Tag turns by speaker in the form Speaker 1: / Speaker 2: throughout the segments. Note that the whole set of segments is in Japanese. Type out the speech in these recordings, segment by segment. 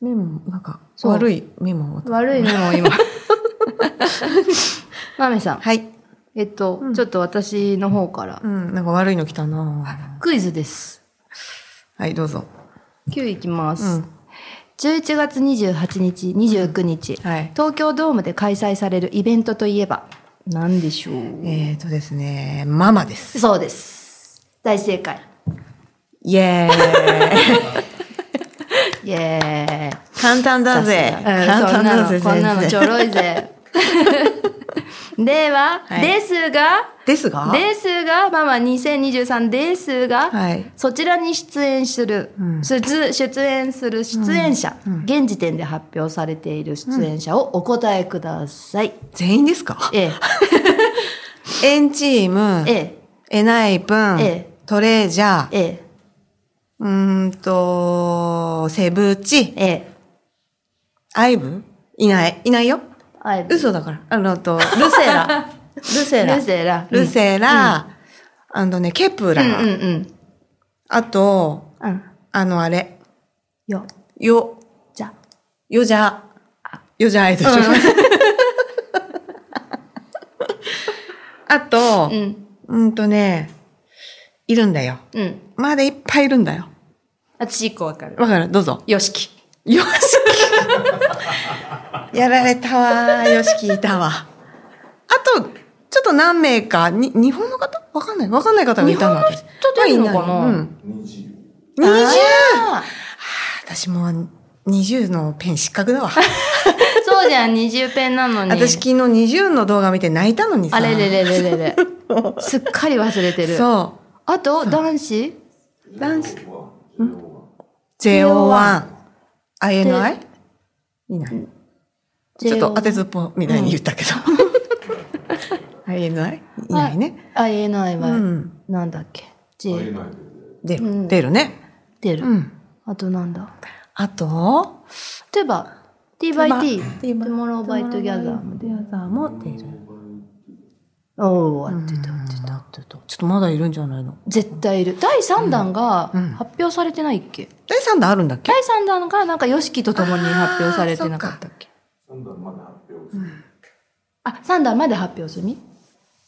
Speaker 1: メモなんか
Speaker 2: そう
Speaker 1: 悪いメモを
Speaker 2: 悪いメモを 今。マメさん。
Speaker 1: はい
Speaker 2: えっと、
Speaker 1: うん
Speaker 2: ちょっと私の方から。
Speaker 1: うんなんか悪いの来たな
Speaker 2: クイズです。
Speaker 1: はいどうぞ
Speaker 2: 9いきます。
Speaker 1: うん
Speaker 2: 11月28日、29日、
Speaker 1: はい
Speaker 2: 東京ドームで開催されるイベントといえば、何でしょう、
Speaker 1: えーとですねママです
Speaker 2: そうです。大正解。
Speaker 1: イエ ーイ
Speaker 2: イエーイ。
Speaker 1: 簡単だぜ
Speaker 2: さすが
Speaker 1: 簡単だ
Speaker 2: う
Speaker 1: ぜ
Speaker 2: んそんなの、こ
Speaker 1: 全
Speaker 2: んなのち
Speaker 1: 然
Speaker 2: ょろ いぜ。では、
Speaker 1: はい
Speaker 2: ですが、
Speaker 1: ですが
Speaker 2: ですが、ママ2023ですが、
Speaker 1: はい
Speaker 2: そちらに出演する、
Speaker 1: うん
Speaker 2: 出出演する出演者、現時点で発表されている出演者をお答えください。
Speaker 1: 全員ですか
Speaker 2: え
Speaker 1: エンチーム
Speaker 2: え、え
Speaker 1: エナイプン、
Speaker 2: え
Speaker 1: トレジャー
Speaker 2: え、、え
Speaker 1: うーんと、セブチ
Speaker 2: え、、え
Speaker 1: アイブいない、いないよ。
Speaker 2: え、
Speaker 1: 嘘だから。あの、あと、ルセラ、ルセラ
Speaker 2: ル、セ ラ。
Speaker 1: ルセラ、あのね、ケプラ、
Speaker 2: うんうんうん。
Speaker 1: あと、
Speaker 2: うん。
Speaker 1: あのあれ、
Speaker 2: よ、
Speaker 1: よ、
Speaker 2: じゃ。
Speaker 1: よじゃ、よじゃアイドル。 あと
Speaker 2: う、ん。
Speaker 1: うん、とね、いるんだよ。
Speaker 2: うん。
Speaker 1: まだいっぱいいるんだよ。
Speaker 2: 私一個わかる。
Speaker 1: わかるどうぞ。
Speaker 2: よしき。
Speaker 1: よしきやられたわよしきいたわあとちょっと何名かに日本の方わかんないわかんない方がいたの
Speaker 2: 日本の人出るのかな
Speaker 1: まあいいうん、20
Speaker 2: あ
Speaker 1: 私もう20のペン失格だわ
Speaker 2: ーそうじゃん、二重ペンなのに。
Speaker 1: 私昨日20の動画見て泣いたのにさ
Speaker 2: あれれれれれ れ。すっかり忘れてる。
Speaker 1: そ
Speaker 2: あと、男子
Speaker 1: う男子 JO1 INI? いないちょっと当てずっぽみたいに言ったけど、INI? いないね、
Speaker 2: あ、言えないわ。
Speaker 1: うん
Speaker 2: なんだっけ。J。
Speaker 1: 出る、
Speaker 2: うん
Speaker 1: 出るね。
Speaker 2: 出る。
Speaker 1: うん。
Speaker 2: あとなんだ。
Speaker 1: あと、
Speaker 2: 例えば、t by t。
Speaker 1: 今
Speaker 2: Tomorrow by Together も出る。
Speaker 1: も出る。
Speaker 2: おお、
Speaker 1: 合
Speaker 2: 合
Speaker 1: っ
Speaker 2: ってて
Speaker 1: た
Speaker 2: た。
Speaker 1: 合ってた合ってた。ちょっとまだいるんじゃないの
Speaker 2: 絶対いる。第3弾が
Speaker 1: うん
Speaker 2: 発表されてないっけ
Speaker 1: 第3弾あるんだっけ
Speaker 2: 第3弾がなんか YOSHIKI と共に発表されてなかったっけあ、3弾まで発表済み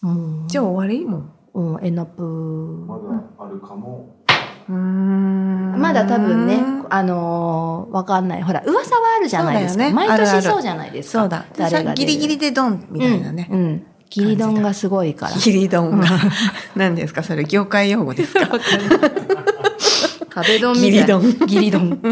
Speaker 2: うん。
Speaker 1: じゃあ終わりもう。
Speaker 2: うん、エナプー。
Speaker 1: うーん
Speaker 2: まだ多分ね、あのーわかんない。ほら、噂はあるじゃないですか。
Speaker 1: そうだよね
Speaker 2: 毎
Speaker 1: あるあ
Speaker 2: 年
Speaker 1: る
Speaker 2: そうじゃないですか。
Speaker 1: そうだ。で
Speaker 2: 誰
Speaker 1: さ
Speaker 2: が出
Speaker 1: ギリ
Speaker 2: る
Speaker 1: ギリでドンみたいなね。
Speaker 2: うん。うんギリドンがすご いから。
Speaker 1: ギリドンが。何ですかそれ業界用語ですか
Speaker 2: 壁ドンみた
Speaker 1: ギ
Speaker 2: い
Speaker 1: リドン。
Speaker 2: ギリド ン。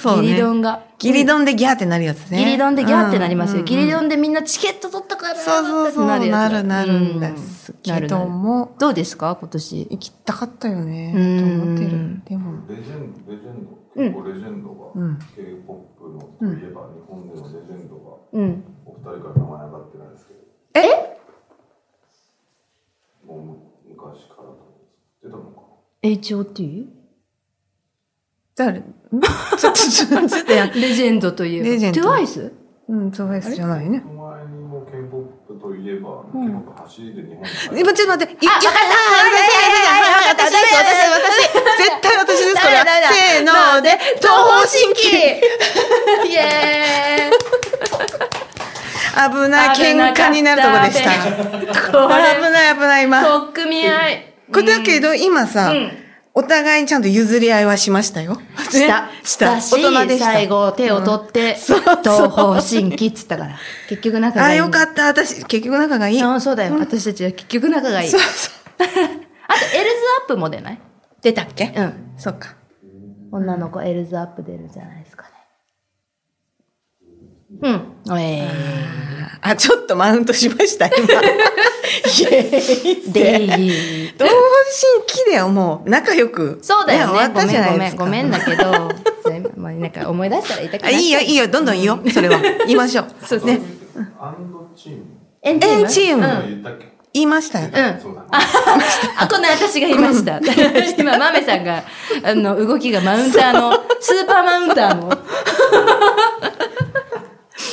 Speaker 1: そう
Speaker 2: ギリド
Speaker 1: ね。
Speaker 2: ンが。
Speaker 1: ギリドンでギャーってなるやつね。
Speaker 2: ギリドンでギャーってなりますよ。
Speaker 1: うん
Speaker 2: ギリドンでみんなチケット取ったからー
Speaker 1: そうそうそう。
Speaker 2: ってや
Speaker 1: な
Speaker 2: つ
Speaker 1: るなるんです
Speaker 2: うんな
Speaker 1: け
Speaker 2: る
Speaker 1: ど
Speaker 2: なる
Speaker 1: も。
Speaker 2: どうですか今年。
Speaker 1: 行きたかったよね
Speaker 2: うん
Speaker 1: と思ってるでも
Speaker 3: レジェンド、レジェンド、
Speaker 2: うん
Speaker 3: 結構レジェンドが、
Speaker 1: うん
Speaker 3: K-POP のといえば、日本でのレジェンドが、
Speaker 2: うん。
Speaker 3: お二人から名前上がってないですけど。
Speaker 1: え
Speaker 3: もう昔からだと思うんです出たのか
Speaker 2: HOT?
Speaker 1: 誰んちょっとちょっとちょっとや
Speaker 2: レジェンドといえば。
Speaker 1: レジェンド
Speaker 2: TWICE?
Speaker 1: うんそうですじゃない
Speaker 3: な
Speaker 1: ね
Speaker 3: その前にも K-POP といえば、
Speaker 2: ん
Speaker 3: K-POP 走りで日本に入
Speaker 1: 今ちょっと待ってあわかったあ私私私絶対私ですこれは
Speaker 2: ダメだ
Speaker 1: せーので東方神起
Speaker 2: イエーイ
Speaker 1: 危ない喧嘩になるとこでし
Speaker 2: 危
Speaker 1: た
Speaker 2: こ
Speaker 1: これ危ない危ない今
Speaker 2: 取っ組み合い。
Speaker 1: これだけど今さ
Speaker 2: うん
Speaker 1: お互いにちゃんと譲り合いはしましたよ
Speaker 2: した
Speaker 1: ね。
Speaker 2: したし、
Speaker 1: 大人でした
Speaker 2: 最後手を取って、
Speaker 1: そうそう
Speaker 2: 東方神起っつったから。結局仲が
Speaker 1: あ
Speaker 2: いい。
Speaker 1: よかった私結局仲がいい
Speaker 2: うんそうだよ。私たちは結局仲がいい。あ
Speaker 1: そ
Speaker 2: と
Speaker 1: う、そう
Speaker 2: エルズアップも出ない
Speaker 1: 出たっけ
Speaker 2: うん。
Speaker 1: そっか
Speaker 2: 女の子エルズアップ出るんじゃないですかね。うん。え
Speaker 1: あ、ちょっとマウントしました、 今。イエー
Speaker 2: ー。
Speaker 1: イで、
Speaker 2: でー。
Speaker 1: 同方神起ではもう仲良く、
Speaker 2: そうだよ
Speaker 1: 終わ
Speaker 2: ね。
Speaker 1: った
Speaker 2: ご
Speaker 1: じ
Speaker 2: め
Speaker 1: ゃ
Speaker 2: ん
Speaker 1: な
Speaker 2: ご
Speaker 1: いで
Speaker 2: め
Speaker 1: す
Speaker 2: ん。
Speaker 1: か。
Speaker 2: ごめんだけど、全部まあなんか思い出したら痛くな
Speaker 1: あ
Speaker 2: っちゃう
Speaker 1: いいよ、いいよ、どんどんいいよ、それは。言いましょう。
Speaker 2: そう
Speaker 1: ね。
Speaker 3: った。アンドチーム。
Speaker 2: エンチー
Speaker 1: エ
Speaker 2: ム
Speaker 1: ンチーム
Speaker 2: うん
Speaker 3: 言ったっけ
Speaker 1: 言いましたよ。
Speaker 2: うん
Speaker 3: そうだね。
Speaker 2: あ、この私がい ました。今、マメさんが、あの、動きがマウンターの、スーパーマウンターの、
Speaker 1: はい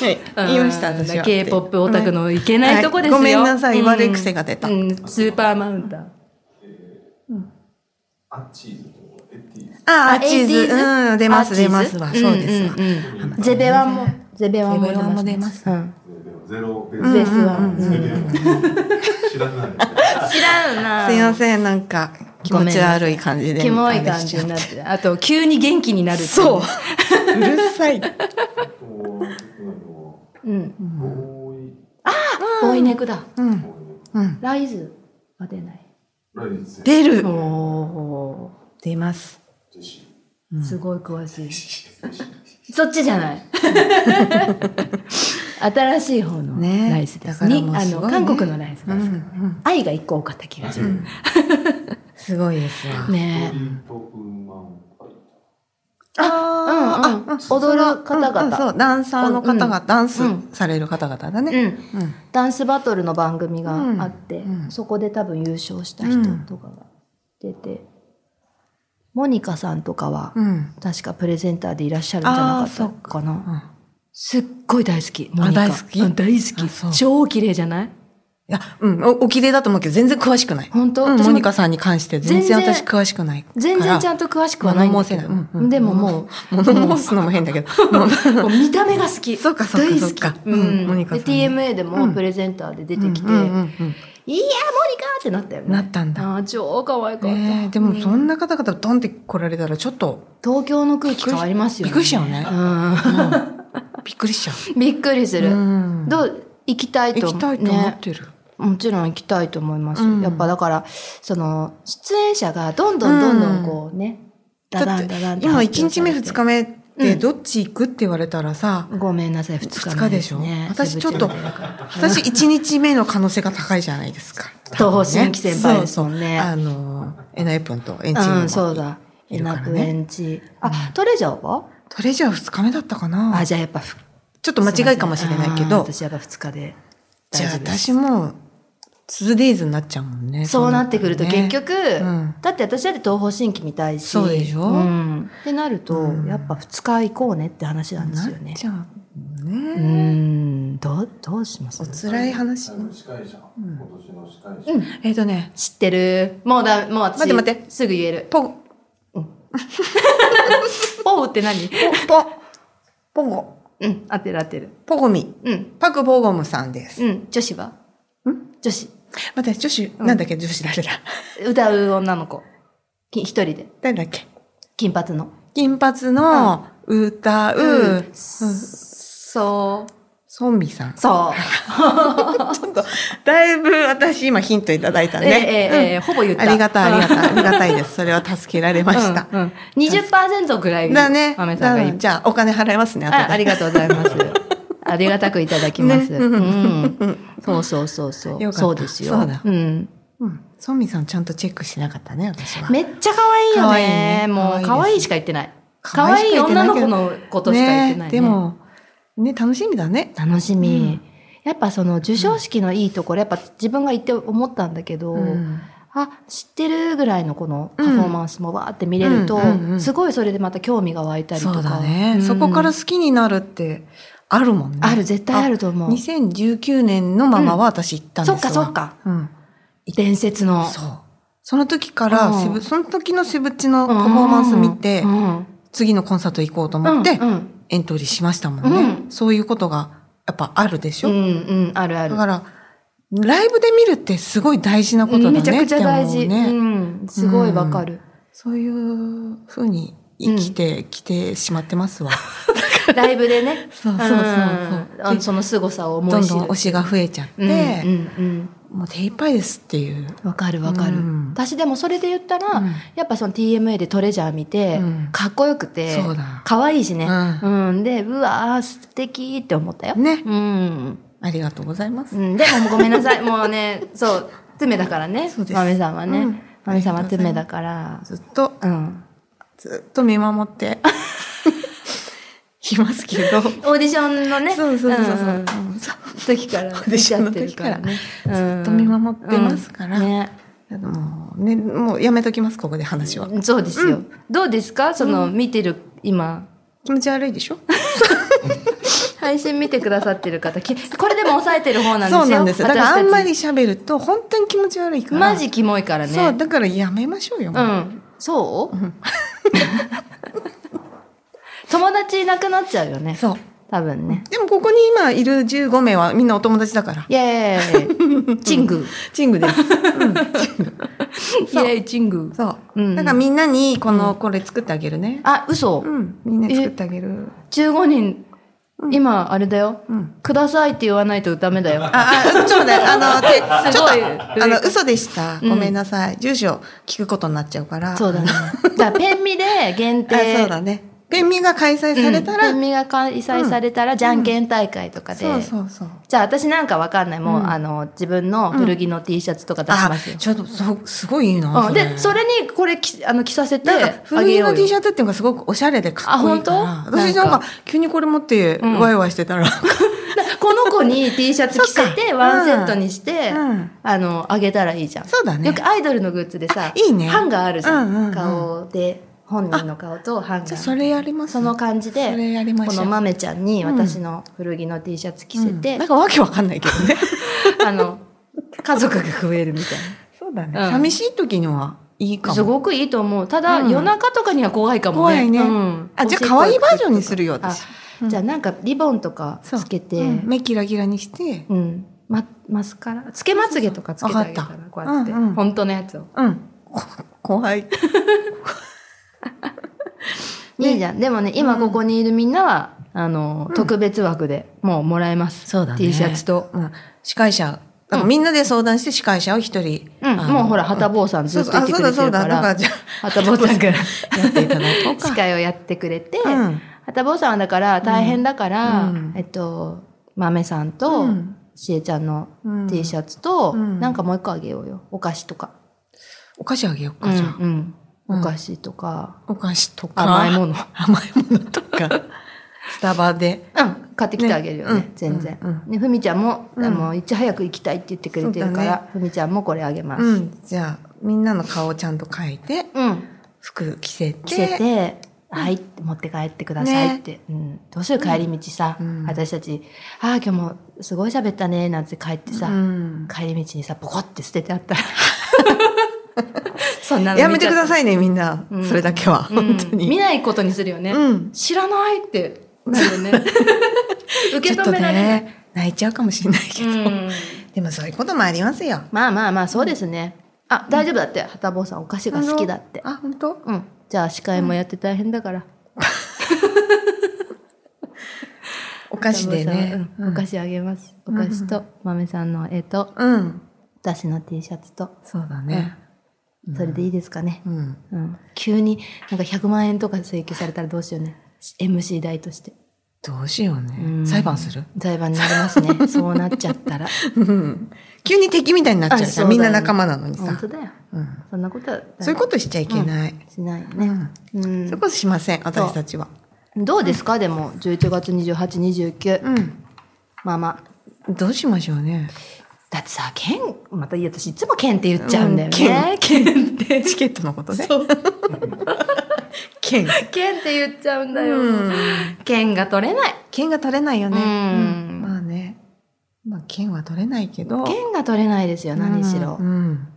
Speaker 1: 言いました、私は。
Speaker 2: K-POP オタクのいけないとこですよ。
Speaker 1: はいごめんなさい
Speaker 2: うん
Speaker 1: 悪い癖が出た
Speaker 2: うん、スーパーマウンター。
Speaker 3: アッチーズとエッティーズ。
Speaker 1: ああ、チー
Speaker 2: 80s
Speaker 1: ズ。うん、出ます、
Speaker 2: あチー
Speaker 1: 出
Speaker 2: ズ
Speaker 1: ますわ。そうですわ
Speaker 2: ん。んうん
Speaker 3: ん
Speaker 2: ゼベワンもゼベワン
Speaker 1: ゼベワン
Speaker 2: も
Speaker 1: も
Speaker 2: 出
Speaker 1: 出
Speaker 2: ま
Speaker 1: ますす
Speaker 2: うん
Speaker 3: ゼロゼロベ
Speaker 2: ベースワン
Speaker 3: ゼロベース知らないですね。
Speaker 2: 知らんな
Speaker 1: すいません、なんか、気持ち悪い感じで。
Speaker 2: キモい感じになってあと急に元気になるってい
Speaker 1: そう。うるさい。
Speaker 3: あとは
Speaker 2: う、うん、
Speaker 3: あのボーイ
Speaker 2: ボーイネクだ
Speaker 1: うん。うん。
Speaker 2: ライズは出ない
Speaker 3: ライズ
Speaker 1: 出る。
Speaker 2: お
Speaker 1: 出ます。
Speaker 3: ジェシ
Speaker 2: ーすごい詳し
Speaker 3: ージェシー
Speaker 2: いそっちじゃない 新しい方の
Speaker 1: ね
Speaker 2: ライズです、
Speaker 1: だから
Speaker 2: に
Speaker 1: もう
Speaker 2: あ
Speaker 1: す
Speaker 2: の
Speaker 1: ごいね
Speaker 2: 韓国のライズ
Speaker 1: う
Speaker 2: で
Speaker 1: ん。う
Speaker 2: す、
Speaker 1: ん
Speaker 2: 愛が一個多かった気がする、
Speaker 1: すごいですわ。
Speaker 2: ねえ
Speaker 3: 鳥とウーマンファイ
Speaker 2: あうんうん踊る方々
Speaker 1: うんうんそう、ダンサーの方
Speaker 2: うんう
Speaker 1: 々、ダンス
Speaker 2: うん
Speaker 1: される方々だ
Speaker 2: う
Speaker 1: ね。
Speaker 2: ん
Speaker 1: うん。
Speaker 2: ダンスバトルの番組があって、
Speaker 1: うんうん
Speaker 2: そこで多分優勝した人とかが出て、モニカさんとかは、
Speaker 1: うん。
Speaker 2: 確かプレゼンターでいらっしゃるんじゃなかったかな
Speaker 1: うん
Speaker 2: すっごい大好きモニカ
Speaker 1: 大好き
Speaker 2: うん
Speaker 1: あ
Speaker 2: 大好
Speaker 1: そう
Speaker 2: き超綺麗じゃない
Speaker 1: いや、うん、お、お綺麗だと思うけど、全然詳しくない。
Speaker 2: 本当、
Speaker 1: うん、
Speaker 2: 私
Speaker 1: モ
Speaker 2: も
Speaker 1: ニカさんに関して全然
Speaker 2: 全然
Speaker 1: 私詳しくないから。
Speaker 2: 全然ちゃんと詳しくはないんだけど、
Speaker 1: 物申せないうんうん
Speaker 2: でももう、
Speaker 1: 物申すのも変だけど。もう
Speaker 2: もう見た目が好き
Speaker 1: そうかそうか
Speaker 2: 大好き
Speaker 1: そうか
Speaker 2: うん
Speaker 1: うんモニカさん
Speaker 2: で TMA で
Speaker 1: う
Speaker 2: も
Speaker 1: ん
Speaker 2: プレゼンターで出てきて、
Speaker 1: うんうんうん
Speaker 2: いやモニカってなったよ
Speaker 1: うん
Speaker 2: ね
Speaker 1: なったんだ。
Speaker 2: あー超可愛かった、
Speaker 1: えー、でもそんな方々ドンって来られたらちょっと
Speaker 2: 東京の空気変わりますよ
Speaker 1: びっ
Speaker 2: ね。
Speaker 1: くりしちゃうね。びっくりしちゃ
Speaker 2: うん。びっくりす
Speaker 1: う。
Speaker 2: る。
Speaker 1: うん
Speaker 2: どう行きたいと
Speaker 1: 行
Speaker 2: 思
Speaker 1: き
Speaker 2: う
Speaker 1: たいと思っ
Speaker 2: ね。
Speaker 1: てる。
Speaker 2: もちろん行きたいと思います。
Speaker 1: うん
Speaker 2: やっぱだからその出演者がどんどんどんどんこうね、ダダンダダンって
Speaker 1: 今1日目2日
Speaker 2: 目。
Speaker 1: 目ってどっち行くって言われたらさ、
Speaker 2: ごめんなさい二日
Speaker 1: 2
Speaker 2: 目
Speaker 1: 日
Speaker 2: で
Speaker 1: ですしょ
Speaker 2: ね。
Speaker 1: 私ちょっと
Speaker 2: セブチェンだから
Speaker 1: 私1日目の可能性が高いじゃないですか。
Speaker 2: 東方新規先輩ですもんね
Speaker 1: そうそうあの、エナエプンとエンチ
Speaker 2: うん
Speaker 1: ー
Speaker 2: そう
Speaker 1: ムも。
Speaker 2: だ。エ
Speaker 1: いるから
Speaker 2: ナ
Speaker 1: ね
Speaker 2: プエンチ。あトレジャーは？
Speaker 1: トレジャー2日目だったか
Speaker 2: あ
Speaker 1: な
Speaker 2: じゃあやっぱふ
Speaker 1: ちょっと間違いかもしれないけ
Speaker 2: あー
Speaker 1: ど、
Speaker 2: 私やっぱ二日で大
Speaker 1: じゃあ
Speaker 2: 丈夫です。
Speaker 1: 私も 2days になっちゃうもんね。
Speaker 2: そうなってくると
Speaker 1: そうな
Speaker 2: 結
Speaker 1: ったらね
Speaker 2: 局、
Speaker 1: ん
Speaker 2: だって私だって東方神起見たいし。
Speaker 1: そうでしょ
Speaker 2: うんってなると、
Speaker 1: うん
Speaker 2: やっぱ2日行こうねって話なんですよ
Speaker 1: な
Speaker 2: ね
Speaker 1: っ。ちゃう
Speaker 2: う
Speaker 1: ね。
Speaker 2: ん、どう、どうします
Speaker 1: お辛い話
Speaker 3: あ。の司会者、今年の司会者、
Speaker 2: うん
Speaker 1: えっとね、
Speaker 2: 知ってる。もうだ、もう私、
Speaker 1: 待って待って
Speaker 2: すぐ言える。
Speaker 1: ポン、
Speaker 2: ポーって何
Speaker 1: ポ、ポ、ポゴ、
Speaker 2: うん、合ってる合ってる。
Speaker 1: ポゴミ、
Speaker 2: うん、
Speaker 1: パクポゴムさんです。
Speaker 2: うん、女子は女子。
Speaker 1: 待って、女子、なんだっけ、女子誰だ
Speaker 2: 歌う女の子。き一人で。
Speaker 1: 誰だっけ
Speaker 2: 金髪の。
Speaker 1: 金髪の歌う、うん
Speaker 2: そ
Speaker 1: ソンビさん
Speaker 2: う。。そう。
Speaker 1: だいぶ私今ヒントいただいた
Speaker 2: ええ
Speaker 1: ね。
Speaker 2: ええええ、ほぼ言っ
Speaker 1: うん
Speaker 2: た。
Speaker 1: ありがたい、ありが たい、ありがたいです。それは助けられました。
Speaker 2: うんうん、20%ぐらい
Speaker 1: だね。
Speaker 2: 豆さんが言っ
Speaker 1: だじゃあ、お金払いますね、後で
Speaker 2: あありがとうございます。ありがたくいただきます。
Speaker 1: ね
Speaker 2: うん、そうそうそうそ
Speaker 1: よかっ
Speaker 2: う。
Speaker 1: た
Speaker 2: そうですよ。
Speaker 1: そうだ
Speaker 2: ん。
Speaker 1: うん。ソンビさんちゃんとチェックしてなかったね、私は。
Speaker 2: めっちゃ可愛いよ
Speaker 1: 可
Speaker 2: ね。
Speaker 1: 愛いね
Speaker 2: も
Speaker 1: 可愛
Speaker 2: う可
Speaker 1: いです
Speaker 2: 愛いしか言ってない。可
Speaker 1: 可愛い
Speaker 2: 愛
Speaker 1: しか
Speaker 2: い
Speaker 1: 言ってな
Speaker 2: 女
Speaker 1: いけ
Speaker 2: の
Speaker 1: ど
Speaker 2: 子のことしか言ってな
Speaker 1: ね
Speaker 2: い、ね
Speaker 1: でも、ね、楽しみだね。
Speaker 2: 楽しみ。
Speaker 1: うん
Speaker 2: やっぱその授賞式のいいところ、やっぱ自分が言って思ったんだけど、
Speaker 1: うん
Speaker 2: あ、知ってるぐらいのこのパフォーマンスもわーって見れると、
Speaker 1: うんうんうん
Speaker 2: すごいそれでまた興味が湧いたりと
Speaker 1: そ
Speaker 2: か。
Speaker 1: うだね、
Speaker 2: うん
Speaker 1: そこから好きになるってあるもんね。
Speaker 2: ある、絶対あると思う。
Speaker 1: 2019年のままは私行ったんです
Speaker 2: そ
Speaker 1: よ。
Speaker 2: っかそっ。か。
Speaker 1: うん。
Speaker 2: 伝説の。
Speaker 1: そう。その時から
Speaker 2: うん
Speaker 1: セブ、その時のセブチのパフォーマンス見て、
Speaker 2: うん
Speaker 1: 次のコンサート行こうと思って
Speaker 2: うんうん
Speaker 1: エントリーしましたもんね。
Speaker 2: うん
Speaker 1: そういうことがやっぱあるでし
Speaker 2: う
Speaker 1: ょ。
Speaker 2: んうん、あるあ
Speaker 1: だ
Speaker 2: る。
Speaker 1: から、ライブで見るってすごい大事なことだね
Speaker 2: め
Speaker 1: っ
Speaker 2: ち
Speaker 1: て
Speaker 2: ゃ
Speaker 1: 思うね。
Speaker 2: くちゃ大事。うん、すごいわかる。
Speaker 1: そういうふうに生きてきてしまってますわ。
Speaker 2: ライブでね。
Speaker 1: そうそうそうそう
Speaker 2: うんあのその凄さを思
Speaker 1: ど
Speaker 2: い
Speaker 1: ん
Speaker 2: 知る。
Speaker 1: どん推しが増えちゃって、
Speaker 2: うんうん
Speaker 1: もう手一杯ですっていう。
Speaker 2: うん。わかるわかる
Speaker 1: うん。
Speaker 2: 私でもそれで言ったら
Speaker 1: うん、
Speaker 2: やっぱその TMA でトレジャー見て
Speaker 1: うん、
Speaker 2: かっこよくて
Speaker 1: そうだ、
Speaker 2: 可愛いしね。
Speaker 1: う
Speaker 2: うん。で、うわー、素敵って思ったよ。
Speaker 1: ね
Speaker 2: うん。
Speaker 1: ありがとうございます。
Speaker 2: うん、でもごめんなさい。もうね、そう、爪だからね。
Speaker 1: そうです
Speaker 2: 豆さんは
Speaker 1: う
Speaker 2: ね
Speaker 1: ん。
Speaker 2: 豆さんは爪だから。
Speaker 1: ずっと、
Speaker 2: うん。
Speaker 1: ずっと見守って、 いますけど。
Speaker 2: オーディションのね。
Speaker 1: そうそうそうそう。
Speaker 2: んん
Speaker 1: うんそう
Speaker 2: 時から。
Speaker 1: ーディションの時から
Speaker 2: 見ちゃってるからね。ず
Speaker 1: ずっと見守ってますから
Speaker 2: ね。
Speaker 1: あのもうね、もうやめときます、ここで話は。
Speaker 2: そうですよ。どうですかその、見てる、今。
Speaker 1: 気持ち悪いでしょ
Speaker 2: 配信見てくださってる方、きこれでも抑えてる方なんですよ。
Speaker 1: そうなんですよ。だからあんまり
Speaker 2: 私
Speaker 1: 喋ると本当に気持ち悪い
Speaker 2: た
Speaker 1: か
Speaker 2: ち
Speaker 1: ら。
Speaker 2: マジキモいからね。
Speaker 1: そう、だからやめましょうよ。
Speaker 2: う。
Speaker 1: もうん
Speaker 2: そう友達いなくなっちゃうよね。
Speaker 1: そう。
Speaker 2: 多分ね。
Speaker 1: でもここに今いる15名はみんなお友達だから。
Speaker 2: イエーイ。チング。
Speaker 1: チングです。
Speaker 2: イエーイ、チング。
Speaker 1: そう。
Speaker 2: うんうん
Speaker 1: だからみんなにこの、これ作ってあげるね。
Speaker 2: あ、嘘
Speaker 1: う。ん。みんな作ってあげる。
Speaker 2: 15人、今、あれだよ
Speaker 1: ん。
Speaker 2: くださいって言わないとダメだよ。
Speaker 1: あ、 あ、ちょっとね、あの、てち
Speaker 2: す
Speaker 1: ょっ
Speaker 2: ごい
Speaker 1: と、あの、嘘でした。
Speaker 2: うん
Speaker 1: ごめんなさい。住所聞くことになっちゃうから。
Speaker 2: そうだね。だからペンミで限
Speaker 1: あそう
Speaker 2: 定。
Speaker 1: だね。ペンミが開催されたら、
Speaker 2: うんペンミが開催されたら、じゃんけん大会とかで。
Speaker 1: そうそうそう。
Speaker 2: じゃあ私なんかわかんない。もう、
Speaker 1: うん
Speaker 2: あの、自分の古着の T シャツとか出し
Speaker 1: あ
Speaker 2: ますよ、。
Speaker 1: ちょっと、そうすごいいいな。
Speaker 2: うん、で、それにこれ着、あの、着させて
Speaker 1: なんか、
Speaker 2: あ
Speaker 1: 古
Speaker 2: げ
Speaker 1: 着
Speaker 2: よ
Speaker 1: の
Speaker 2: うよ
Speaker 1: T。シャツっていうのがすごくおしゃれでかっこいいから。
Speaker 2: あ本当
Speaker 1: 私な
Speaker 2: な
Speaker 1: んん
Speaker 2: か
Speaker 1: か、急にこれ持って、
Speaker 2: うん
Speaker 1: ワイワイしてたら。
Speaker 2: だこの子に T シャツ着せ、
Speaker 1: そってか
Speaker 2: ワンセットにして、
Speaker 1: うん
Speaker 2: あの、あげたらいいじゃん。
Speaker 1: そうだね
Speaker 2: よくアイドルのグッズでさ、
Speaker 1: あいいね
Speaker 2: ハンガーあるじゃん。
Speaker 1: うんうんうん
Speaker 2: 顔で、本人の顔とハンガー。
Speaker 1: じゃあ、それやります
Speaker 2: その感じで、
Speaker 1: それやりましょ
Speaker 2: こ
Speaker 1: う
Speaker 2: の豆ちゃんに私の古着の T シャツ着せて、
Speaker 1: うんなんかわけわかんないけど ね。
Speaker 2: あの、家族が増えるみたい
Speaker 1: そうだね。
Speaker 2: うん
Speaker 1: 寂しい時にはいいか
Speaker 2: な。
Speaker 1: も。
Speaker 2: すごくいいと思う。ただ、
Speaker 1: うん
Speaker 2: 夜中とかには怖いかも
Speaker 1: 怖
Speaker 2: ね。
Speaker 1: いね。
Speaker 2: うん
Speaker 1: あ、じゃあ可愛いバージョンにするよ、
Speaker 2: あ
Speaker 1: 私。
Speaker 2: じゃあなんかリボンとかつけて、う
Speaker 1: うんん目キラキラにして。
Speaker 2: ま、マスカラつけまつげとかつけてあげた
Speaker 1: わ
Speaker 2: ら
Speaker 1: かった
Speaker 2: こうやって、
Speaker 1: うんうん
Speaker 2: 本当のやつを
Speaker 1: うん。こ怖い。ね
Speaker 2: いいじゃんでもね今ここにいるみんなは、あの特別枠でもうもらえます、
Speaker 1: そうだね
Speaker 2: T シャツと、
Speaker 1: うん。司会者。だからみんなで相談して司会者を一人。
Speaker 2: うん、
Speaker 1: あの
Speaker 2: もうほらはたぼうさんずっと言ってくれて
Speaker 1: そう
Speaker 2: る
Speaker 1: だ
Speaker 2: か
Speaker 1: そうだそうだだかららじゃ
Speaker 2: はたぼうさんから
Speaker 1: あやっていただこうか。
Speaker 2: 司会をやってくれて、
Speaker 1: うん
Speaker 2: はたぼうさんはだから大変だから、
Speaker 1: うん
Speaker 2: えっと豆さんと、
Speaker 1: うん
Speaker 2: しえちゃんの
Speaker 1: うん
Speaker 2: T シャツと、
Speaker 1: うん
Speaker 2: なんかもう一個あげようよお菓子とか、
Speaker 1: お菓子あげよう
Speaker 2: う
Speaker 1: か、
Speaker 2: ん
Speaker 1: じゃあ。
Speaker 2: うん
Speaker 1: うん
Speaker 2: お菓子とか、
Speaker 1: お菓子とか。
Speaker 2: 甘いもの
Speaker 1: 甘いものと か。スタバで。
Speaker 2: うん買ってきてあげるよね
Speaker 1: ねうん
Speaker 2: 全然、
Speaker 1: うん
Speaker 2: ねふみちゃんも、
Speaker 1: うん
Speaker 2: あのいち早く行きたいって言ってくれてるか
Speaker 1: そう
Speaker 2: ら、
Speaker 1: だ
Speaker 2: ふみちゃんもこれあげます、
Speaker 1: うん。じゃあ、みんなの顔をちゃんと描いて、
Speaker 2: うん
Speaker 1: 服着せて。
Speaker 2: 着せて、はい、持って帰ってくださいって。うん。どうする帰り道さ、
Speaker 1: うん
Speaker 2: 私たち、ああ、今日もすごい喋ったね、なんて帰ってさ、
Speaker 1: うん。
Speaker 2: 帰り道にさ、ポコって捨ててあったら。 そんなの
Speaker 1: やめてくだ
Speaker 2: い。
Speaker 1: さいね、みんな。
Speaker 2: うん
Speaker 1: それだけは。
Speaker 2: うん
Speaker 1: 本当に。
Speaker 2: 見ないことにするよね。
Speaker 1: うん
Speaker 2: 知らないって。なるよ ね。受け
Speaker 1: ちょっ
Speaker 2: 止
Speaker 1: と
Speaker 2: められない。
Speaker 1: ね、泣いちゃうかもしれないけど、
Speaker 2: うん
Speaker 1: でもそういうこともありますよ。
Speaker 2: まあまあまあ、そうですね。あ、大丈夫だって。はたぼうさん、お菓子が好きだって。
Speaker 1: あ、本当？
Speaker 2: うん。じゃあ、司会もやって大変だから。
Speaker 1: お菓子でね。
Speaker 2: うんお菓子あげます。お菓子と、豆さんの絵と、
Speaker 1: うん。うん
Speaker 2: 私の T シャツと、
Speaker 1: そうだね。
Speaker 2: それでいいですかね。
Speaker 1: うん。
Speaker 2: うん。急になんか100万円とか請求されたらどうしようね。MC 代として。
Speaker 1: どうしよう
Speaker 2: うん
Speaker 1: ね。裁判する？
Speaker 2: 裁判になりま すね。そうなっちゃったら。
Speaker 1: うん。急に敵みたいになっちゃう
Speaker 2: あ
Speaker 1: じ
Speaker 2: そう
Speaker 1: ゃん。
Speaker 2: だ
Speaker 1: み
Speaker 2: よ
Speaker 1: んな仲間なのに
Speaker 2: 本
Speaker 1: さ
Speaker 2: 当。だよ。
Speaker 1: うん。
Speaker 2: そんなことは。
Speaker 1: そういうことしちゃいけない。
Speaker 2: しないよ
Speaker 1: う
Speaker 2: ね。
Speaker 1: ん。
Speaker 2: うん
Speaker 1: それ。こそしません、私たちは。
Speaker 2: どうですかでも、11月28、29。
Speaker 1: うん。
Speaker 2: まあまあ。
Speaker 1: どうしましょうね。
Speaker 2: だってさ、剣、またいや私いつも剣って言っちゃうんだよね。剣って。
Speaker 1: チケットのことね。
Speaker 2: そう。
Speaker 1: 券。
Speaker 2: 剣って言っちゃうんだよ。
Speaker 1: うん
Speaker 2: 剣が取れない。
Speaker 1: 券が取れないよね。
Speaker 2: う
Speaker 1: うんんまあね。まあ券は取れないけど。
Speaker 2: 剣が取れないですよ、何しろ。
Speaker 1: うんうん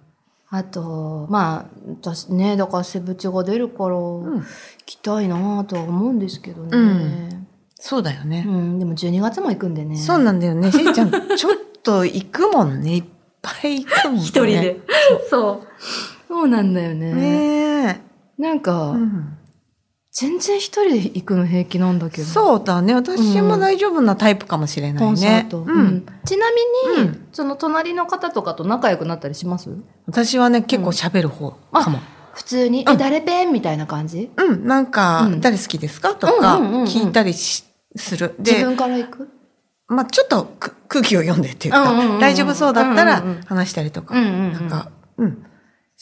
Speaker 2: あと、まあ、私ね、だからセブチが出るから、
Speaker 1: ん
Speaker 2: 行きたいなとは思うんですけどね。う
Speaker 1: うんん、そうだよね。
Speaker 2: でも12月も行くんでね。
Speaker 1: そうなんだよね。しーちゃん、ちょっと行くもんね。いっぱい行くもんね。
Speaker 2: 一人 で。そう。そうなんだよね。
Speaker 1: ねえ。
Speaker 2: なんか、
Speaker 1: うん
Speaker 2: 全然一人で行くの平気なんだけど。
Speaker 1: そうだね。私も大丈夫なタイプかもしれな
Speaker 2: コ
Speaker 1: い
Speaker 2: ンサ
Speaker 1: ね
Speaker 2: ー。ト。
Speaker 1: う
Speaker 2: うん
Speaker 1: ん。
Speaker 2: ちなみに、
Speaker 1: うん
Speaker 2: その隣の方とかと仲良くなったりします
Speaker 1: 私はね、結構喋る方かも。
Speaker 2: 普通に、
Speaker 1: う
Speaker 2: え、
Speaker 1: ん
Speaker 2: 誰ペンみたいな感じ
Speaker 1: うん。なんか
Speaker 2: う、ん
Speaker 1: 誰好きですかとか
Speaker 2: うんうんうんうん
Speaker 1: 聞いたりしする。
Speaker 2: 自
Speaker 1: で、
Speaker 2: 分から行く
Speaker 1: まあちょっとく空気を読んでっていうか
Speaker 2: うんうんうんう、ん
Speaker 1: 大丈夫そうだったら
Speaker 2: うんうんうん
Speaker 1: 話したりとか、
Speaker 2: うんうんうん
Speaker 1: なんか、うん。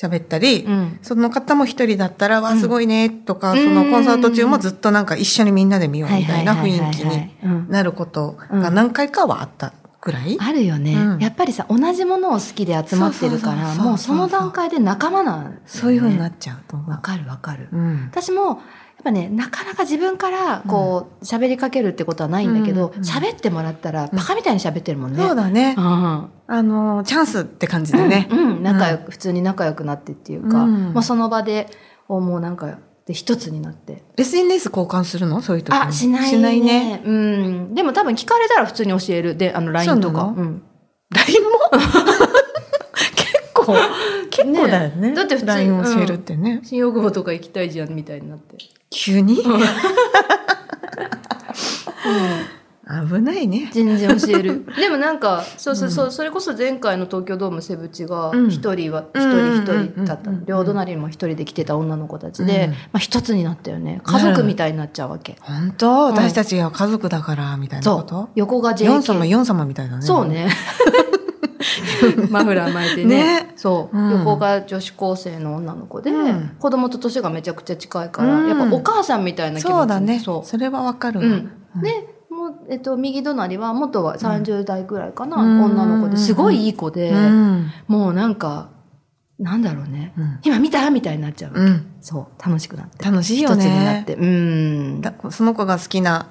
Speaker 1: 喋ったり
Speaker 2: う、ん。
Speaker 1: その方も一人だったら、わあ、すごいね、とか、
Speaker 2: うん
Speaker 1: そのコンサート中もずっとなんか一緒にみんなで見ようみたいな雰囲気
Speaker 2: はいはいは
Speaker 1: に
Speaker 2: いはいはいうん
Speaker 1: なることが何回かはあったくらい。
Speaker 2: あるよね、
Speaker 1: うん
Speaker 2: やっぱりさ同じものを好きで集まってるか
Speaker 1: そう
Speaker 2: ら
Speaker 1: そうそうそう
Speaker 2: もうその段階で仲間なんだよね
Speaker 1: そういうふうになっちゃうと思
Speaker 2: わ
Speaker 1: う。
Speaker 2: かるわかる、
Speaker 1: うん。
Speaker 2: 私もやっぱねなかなか自分からこう喋、りかけるってことはないんだけど
Speaker 1: うんうん
Speaker 2: 喋、ってもらったらバカみたいに喋ってるもんね、
Speaker 1: そうだね。
Speaker 2: うん
Speaker 1: あの、チャンスって感じでね。
Speaker 2: うん、仲良く、普通に仲良くなってっていうか、
Speaker 1: うん
Speaker 2: まあ、その場でおもうなんかで一つになって。
Speaker 1: SNS 交換するのそういう時に
Speaker 2: あ、しないね。
Speaker 1: しないね。
Speaker 2: うん。でも多分聞かれたら普通に教える。で、あの、LINE とか。
Speaker 1: そうなの
Speaker 2: うん。
Speaker 1: LINE も 結構結構だよね
Speaker 2: ねだって普通
Speaker 1: LINE 教えるってね、
Speaker 2: 新大久保とか行きたいじゃんみたいになって。
Speaker 1: 急に危ないね
Speaker 2: 全然教 える。でもなんか、そうそうそう、それこそ前回の東京ドームセブチが
Speaker 1: うん、
Speaker 2: 一人は、一
Speaker 1: うん
Speaker 2: 人一人だっ
Speaker 1: う
Speaker 2: た
Speaker 1: んうんうんうん。
Speaker 2: 両隣にも一人で来てた女の子たち
Speaker 1: うん
Speaker 2: で、まあ一つになったよね。家族みたいになっちゃうわけ。
Speaker 1: 本当
Speaker 2: うん
Speaker 1: 私たちは家族だからみたいなこ
Speaker 2: そう
Speaker 1: と。
Speaker 2: 横が JK。
Speaker 1: 四様四様みたいだね
Speaker 2: そうね。 マフラー巻いてね。
Speaker 1: ね
Speaker 2: そ
Speaker 1: う
Speaker 2: う、
Speaker 1: ん
Speaker 2: 横が女子高生の女の子で、
Speaker 1: うん
Speaker 2: 子供と年がめちゃくちゃ近いから、
Speaker 1: うん
Speaker 2: やっぱお母さんみたいな気持ち
Speaker 1: そうだね
Speaker 2: そ
Speaker 1: そうれはわかるわ、
Speaker 2: うんでもう、えっと、右隣は元は30代ぐらいかな、
Speaker 1: うん
Speaker 2: 女の子ですごいいい子で、
Speaker 1: うん
Speaker 2: もうなんかなんだろうね、
Speaker 1: うん
Speaker 2: 今見たみたいになっちゃう、
Speaker 1: うん
Speaker 2: そう楽しくなって
Speaker 1: 楽しい
Speaker 2: 一
Speaker 1: よ
Speaker 2: つ
Speaker 1: ね
Speaker 2: になってうん
Speaker 1: だその子が好きな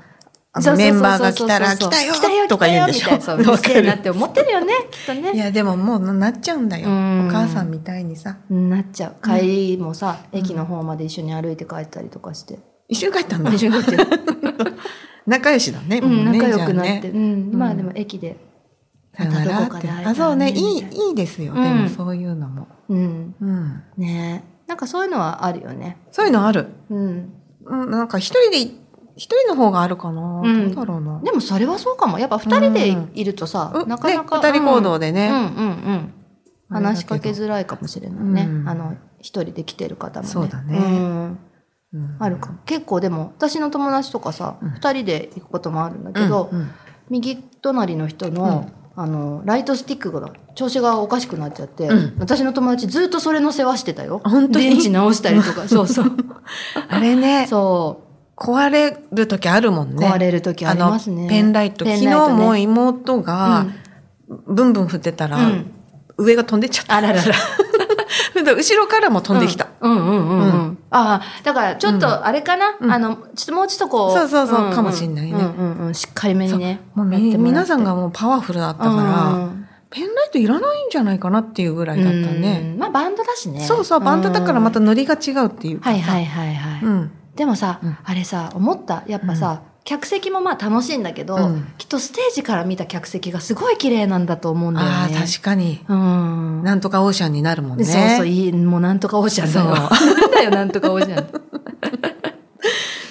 Speaker 1: あ
Speaker 2: そ
Speaker 1: の
Speaker 2: うそ
Speaker 1: メ
Speaker 2: うそうそう
Speaker 1: ンバーが来たら
Speaker 2: そ
Speaker 1: 来
Speaker 2: うそう
Speaker 1: た
Speaker 2: そう
Speaker 1: よ
Speaker 2: 来たよ
Speaker 1: とか言うんでしょ
Speaker 2: 来たよ みたいなそううるせえなって思ってるよねきっとね
Speaker 1: いやでももうなっちゃうんだよ、
Speaker 2: うん
Speaker 1: お母さんみたいにさ
Speaker 2: なっちゃう帰りもさ、駅の方まで一緒に歩いて帰ったりとかして、
Speaker 1: 一緒に帰ったんだ
Speaker 2: 一緒に帰ってる
Speaker 1: 仲良しだね、
Speaker 2: う
Speaker 1: も
Speaker 2: ん
Speaker 1: うね
Speaker 2: 仲良くなって、
Speaker 1: じゃあね
Speaker 2: うんま
Speaker 1: う
Speaker 2: あ
Speaker 1: ん
Speaker 2: でも駅で、
Speaker 1: さよなら
Speaker 2: またど
Speaker 1: っ
Speaker 2: こか
Speaker 1: て
Speaker 2: で会えたらね
Speaker 1: あそうねいい
Speaker 2: みたい
Speaker 1: いいですよ、
Speaker 2: うん
Speaker 1: でもそういうのも、
Speaker 2: うん、
Speaker 1: うん、
Speaker 2: ねえなんかそういうのはあるよね
Speaker 1: そういうのある、
Speaker 2: うん
Speaker 1: うん、なんか一人で一人の方があるかな、
Speaker 2: うん
Speaker 1: どうだろうな、
Speaker 2: でもそれはそうかもやっぱ二人でいるとさ、
Speaker 1: う
Speaker 2: なかなか、
Speaker 1: ね、二人行動で
Speaker 2: うん、うん
Speaker 1: ね、
Speaker 2: うんうん
Speaker 1: あれだけど
Speaker 2: 話しかけづらいかもしれないね、
Speaker 1: うん
Speaker 2: あの一人で来てる方もね
Speaker 1: そうだね
Speaker 2: うん
Speaker 1: うん
Speaker 2: あるかも結構でも私の友達とかさ
Speaker 1: うん
Speaker 2: 二、人で行くこともあるんだ
Speaker 1: う
Speaker 2: け
Speaker 1: ん
Speaker 2: ど、
Speaker 1: うん
Speaker 2: 右隣の人の,、あのライトスティックが調子がおかしくなっちゃって、
Speaker 1: うん
Speaker 2: 私の友達ずっとそれの世話してたよ
Speaker 1: 本当に
Speaker 2: 電池直したり とかそうそう
Speaker 1: あれね
Speaker 2: そ
Speaker 1: 壊れる時あるもん
Speaker 2: う、
Speaker 1: ね
Speaker 2: 壊れる時ありますね
Speaker 1: のペンライト
Speaker 2: ペン
Speaker 1: 昨日
Speaker 2: ね
Speaker 1: も妹がブンブン振ってた
Speaker 2: う
Speaker 1: ら、
Speaker 2: ん、うん
Speaker 1: 上が飛んでっちゃった
Speaker 2: あららら
Speaker 1: 後ろからも飛んできた、
Speaker 2: うんうんうんうん、ああだからちょっ
Speaker 1: う
Speaker 2: とあれかな、
Speaker 1: うん
Speaker 2: あのちょっともうちょっとこう
Speaker 1: そうそうそうかもしんないね
Speaker 2: うんうんうんしっかりめにね
Speaker 1: もう
Speaker 2: やって
Speaker 1: み
Speaker 2: もら
Speaker 1: 皆
Speaker 2: って
Speaker 1: さんがもうパワフルだったから、
Speaker 2: うん
Speaker 1: ペンライトいらないんじゃないかなっていうぐらいだったね。
Speaker 2: うんまあバンドだしね
Speaker 1: そうそう、バンドだからまた
Speaker 2: うん
Speaker 1: ノリが違うっていうか。
Speaker 2: はいはいいはいはい、
Speaker 1: うん。
Speaker 2: でもさ、
Speaker 1: うん
Speaker 2: あれさ思ったやっぱさ、客席もまあ楽しいんだけど、
Speaker 1: うん
Speaker 2: きっとステージから見た客席がすごい綺麗なんだと思うんだよね。
Speaker 1: ああ、確かに。
Speaker 2: うん。
Speaker 1: なんとかオーシャンになるもんね。
Speaker 2: そうそういいもうなんとかオーシャンだよ。なんだよなんとかオーシャン。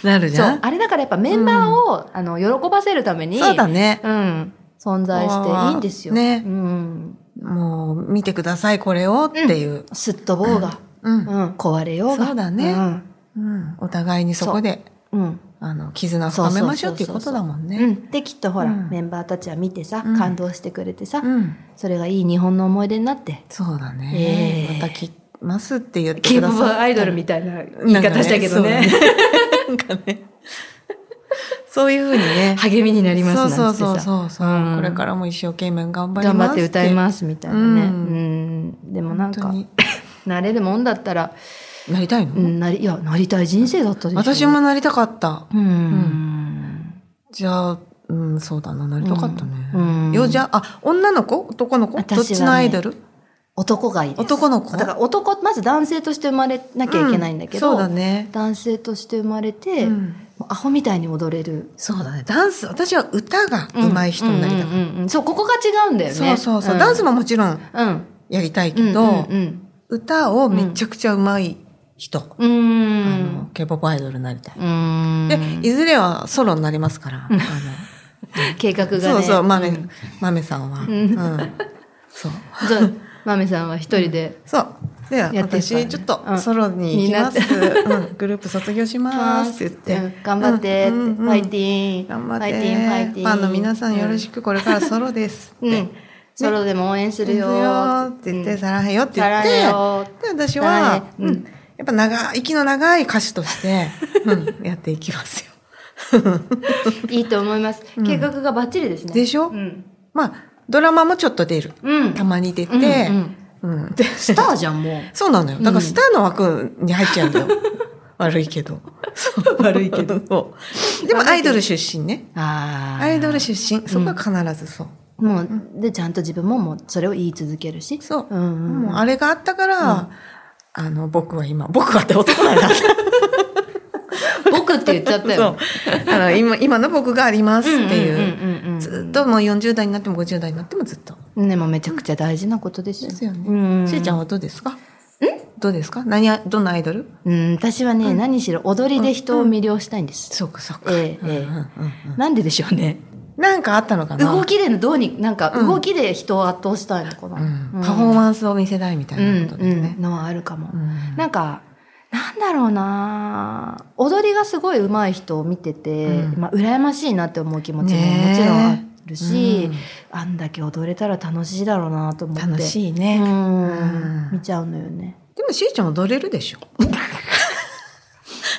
Speaker 1: なるじ
Speaker 2: そ
Speaker 1: ゃ。
Speaker 2: うんあれだからやっぱメンバーを、あの喜ばせるために
Speaker 1: そうだね。
Speaker 2: うん存在していいんですよ。
Speaker 1: ね
Speaker 2: うん。
Speaker 1: もう、見てください、これをっていう。
Speaker 2: すっとぼうが、
Speaker 1: う。
Speaker 2: うんん、壊れようが。
Speaker 1: そうだね
Speaker 2: うん。
Speaker 1: うん。お互いにそこで、
Speaker 2: うん
Speaker 1: あの、絆を深めましょうっていうことだもん
Speaker 2: う
Speaker 1: ね。
Speaker 2: ん、できっとほ
Speaker 1: う
Speaker 2: ら、
Speaker 1: ん
Speaker 2: メンバーたちは見てさ、
Speaker 1: うん
Speaker 2: 感動してくれてさ、
Speaker 1: うん。
Speaker 2: それがいい日本の思い出になって
Speaker 1: そうだね。
Speaker 2: え
Speaker 1: ま
Speaker 2: え
Speaker 1: た来ますって言ってく
Speaker 2: k p
Speaker 1: だ
Speaker 2: o p
Speaker 1: さい。
Speaker 2: アイドルみたいな言い方したけどね
Speaker 1: なんかそうだねなんかね。そういうふうにね。
Speaker 2: 励みになりますなんつって
Speaker 1: そ
Speaker 2: さ
Speaker 1: うそうそうそう、
Speaker 2: うん
Speaker 1: これからも一生懸命頑張ります
Speaker 2: 頑張って歌いますみたいなね、う、
Speaker 1: うん
Speaker 2: でもなんか
Speaker 1: 本
Speaker 2: 慣れるもんだったら、
Speaker 1: なりたいの、
Speaker 2: うん、なりいやなりたい人生だったでしょ
Speaker 1: 私もなりたかった
Speaker 2: うん、
Speaker 1: じゃあうんそうだななりたかったね、
Speaker 2: うんうん
Speaker 1: よじゃあ女の子男の子、
Speaker 2: 私はね
Speaker 1: どっちのアイドル
Speaker 2: 男がいいです
Speaker 1: 男の子
Speaker 2: だから男まず男性として生まれなきゃいけないんだけど、
Speaker 1: うんそうだね、
Speaker 2: 男性として生まれて、
Speaker 1: うん
Speaker 2: もうアホみたいに踊れる
Speaker 1: そうだねダンス私は歌が上手い人になりたかった、
Speaker 2: うんうんうんうんそうここが違うんだよね
Speaker 1: そうそうそう、ダンス
Speaker 2: も
Speaker 1: ももちろん
Speaker 2: うん
Speaker 1: やりたいけど、
Speaker 2: うんうん
Speaker 1: 歌をめちゃくちゃ上手い人、
Speaker 2: うんうん
Speaker 1: あの K-POP アイドルになりたい、
Speaker 2: うーん
Speaker 1: でいずれはソロになりますから、あの
Speaker 2: 計画がね
Speaker 1: そうそう、豆、
Speaker 2: ん
Speaker 1: 豆さんは。
Speaker 2: ん
Speaker 1: うん。そう。
Speaker 2: じゃあ豆さんは一人で
Speaker 1: そう。で、
Speaker 2: やってるからね
Speaker 1: 私、ちょっ
Speaker 2: う
Speaker 1: と、
Speaker 2: ん
Speaker 1: ソロに行きます。
Speaker 2: に
Speaker 1: うん、グループ卒業しますって言
Speaker 2: う
Speaker 1: っ
Speaker 2: ん
Speaker 1: て。
Speaker 2: 頑張って、
Speaker 1: うんうんうん
Speaker 2: ファイティーン
Speaker 1: 頑張っ
Speaker 2: ファイティーンファイ
Speaker 1: て。
Speaker 2: テ
Speaker 1: フ
Speaker 2: ィーン
Speaker 1: ァンの皆さんよろし
Speaker 2: く
Speaker 1: く、これからソロですって。
Speaker 2: うん、ソロでも応援するよ
Speaker 1: よって言って、
Speaker 2: さ
Speaker 1: さらへよって言っ
Speaker 2: ら
Speaker 1: て、
Speaker 2: え
Speaker 1: で、
Speaker 2: よ
Speaker 1: 私は、
Speaker 2: うん
Speaker 1: うんやっぱ長い、息の長い歌手と して、うんやっていきますよ。
Speaker 2: いいと思います、計画がバッチリですね
Speaker 1: でしょ
Speaker 2: うん、
Speaker 1: まあ、ドラマもちょっと出る。
Speaker 2: うん、
Speaker 1: たまに出
Speaker 2: うん
Speaker 1: て
Speaker 2: う、ん
Speaker 1: うん。で、
Speaker 2: スターじゃんも
Speaker 1: そうなのよ。だか
Speaker 2: うん
Speaker 1: らスターの枠に入っちゃうんだ よ。悪いけど。 悪いけど。 そうでもアイドル出身ね。
Speaker 2: うあ
Speaker 1: アイドル出身。そこは必ずそう。
Speaker 2: もうでちゃんと自分ももうそれを言い続けるし
Speaker 1: そう。
Speaker 2: うんうん
Speaker 1: もうあれがあったから、あの、僕は今、僕はって男なんだ。
Speaker 2: くって言っちゃった
Speaker 1: そ
Speaker 2: よ
Speaker 1: う。あの今今の僕がありますっていう,、
Speaker 2: うんうんうんうん
Speaker 1: ずっともう40代になっても50代になってもずっと
Speaker 2: でもめちゃくちゃ大事なことですよ。
Speaker 1: ですよね、
Speaker 2: うん
Speaker 1: しーちゃんはどうですかんどうですか何やどんなアイドル
Speaker 2: うん、私はね、何しろ踊りで人を魅了したいんです。
Speaker 1: そうかそうか、
Speaker 2: ええええ
Speaker 1: うんうんうん
Speaker 2: なんででしょうね。
Speaker 1: なんかあったのかな
Speaker 2: 動きでのどうに、なんか
Speaker 1: うん
Speaker 2: 動きで人を圧倒したいのかな。
Speaker 1: うんパフォーマンスを見せたいみたいなことです
Speaker 2: うん
Speaker 1: ね
Speaker 2: う、ん、のはあるかも。
Speaker 1: うん
Speaker 2: なんか、なんだろうな踊りがすごい上手い人を見てて、
Speaker 1: うん
Speaker 2: まあ、羨ましいなって思う気持ちも
Speaker 1: ねえ
Speaker 2: もちろんある
Speaker 1: う
Speaker 2: し、
Speaker 1: ん
Speaker 2: あんだけ踊れたら楽しいだろうなと思って。
Speaker 1: 楽
Speaker 2: い
Speaker 1: しいね、
Speaker 2: うん
Speaker 1: う、ん
Speaker 2: 見ちゃうのよね。
Speaker 1: でもしーちゃん踊れるでしょ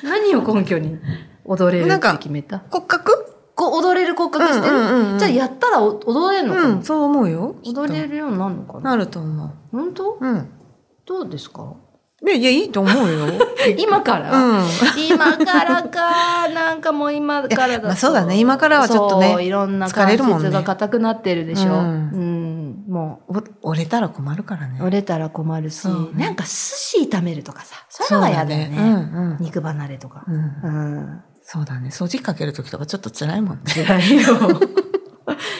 Speaker 2: 何を根拠に踊れる
Speaker 1: なん
Speaker 2: って
Speaker 1: か
Speaker 2: 決めた
Speaker 1: 骨格
Speaker 2: こう踊れる骨格してる、
Speaker 1: うんうんうんうん
Speaker 2: じゃあやったらお踊れるのか
Speaker 1: う
Speaker 2: な、
Speaker 1: んそう思うよきっと
Speaker 2: 踊れるようになるのかな
Speaker 1: なると思
Speaker 2: 本
Speaker 1: う
Speaker 2: 当
Speaker 1: うん
Speaker 2: どうですか
Speaker 1: いやいやいいと思う よ
Speaker 2: 今から、
Speaker 1: うん
Speaker 2: 今からかなんかもう今からだと
Speaker 1: まあそうだね今からはちょっとね
Speaker 2: そういろんな
Speaker 1: 疲
Speaker 2: 関
Speaker 1: れるもんね
Speaker 2: 節が硬くなってるでしょ、う
Speaker 1: うん
Speaker 2: んも
Speaker 1: お折れたら困るからね
Speaker 2: う折れたら困るし、
Speaker 1: そうね
Speaker 2: なんか寿司炒めるとかさそういうのが嫌だよ
Speaker 1: そ
Speaker 2: ね
Speaker 1: うだねうんうん
Speaker 2: 肉離れとか、
Speaker 1: うん
Speaker 2: うん、
Speaker 1: そうだね掃除機かける時とかちょっと辛いもんね
Speaker 2: 辛いよ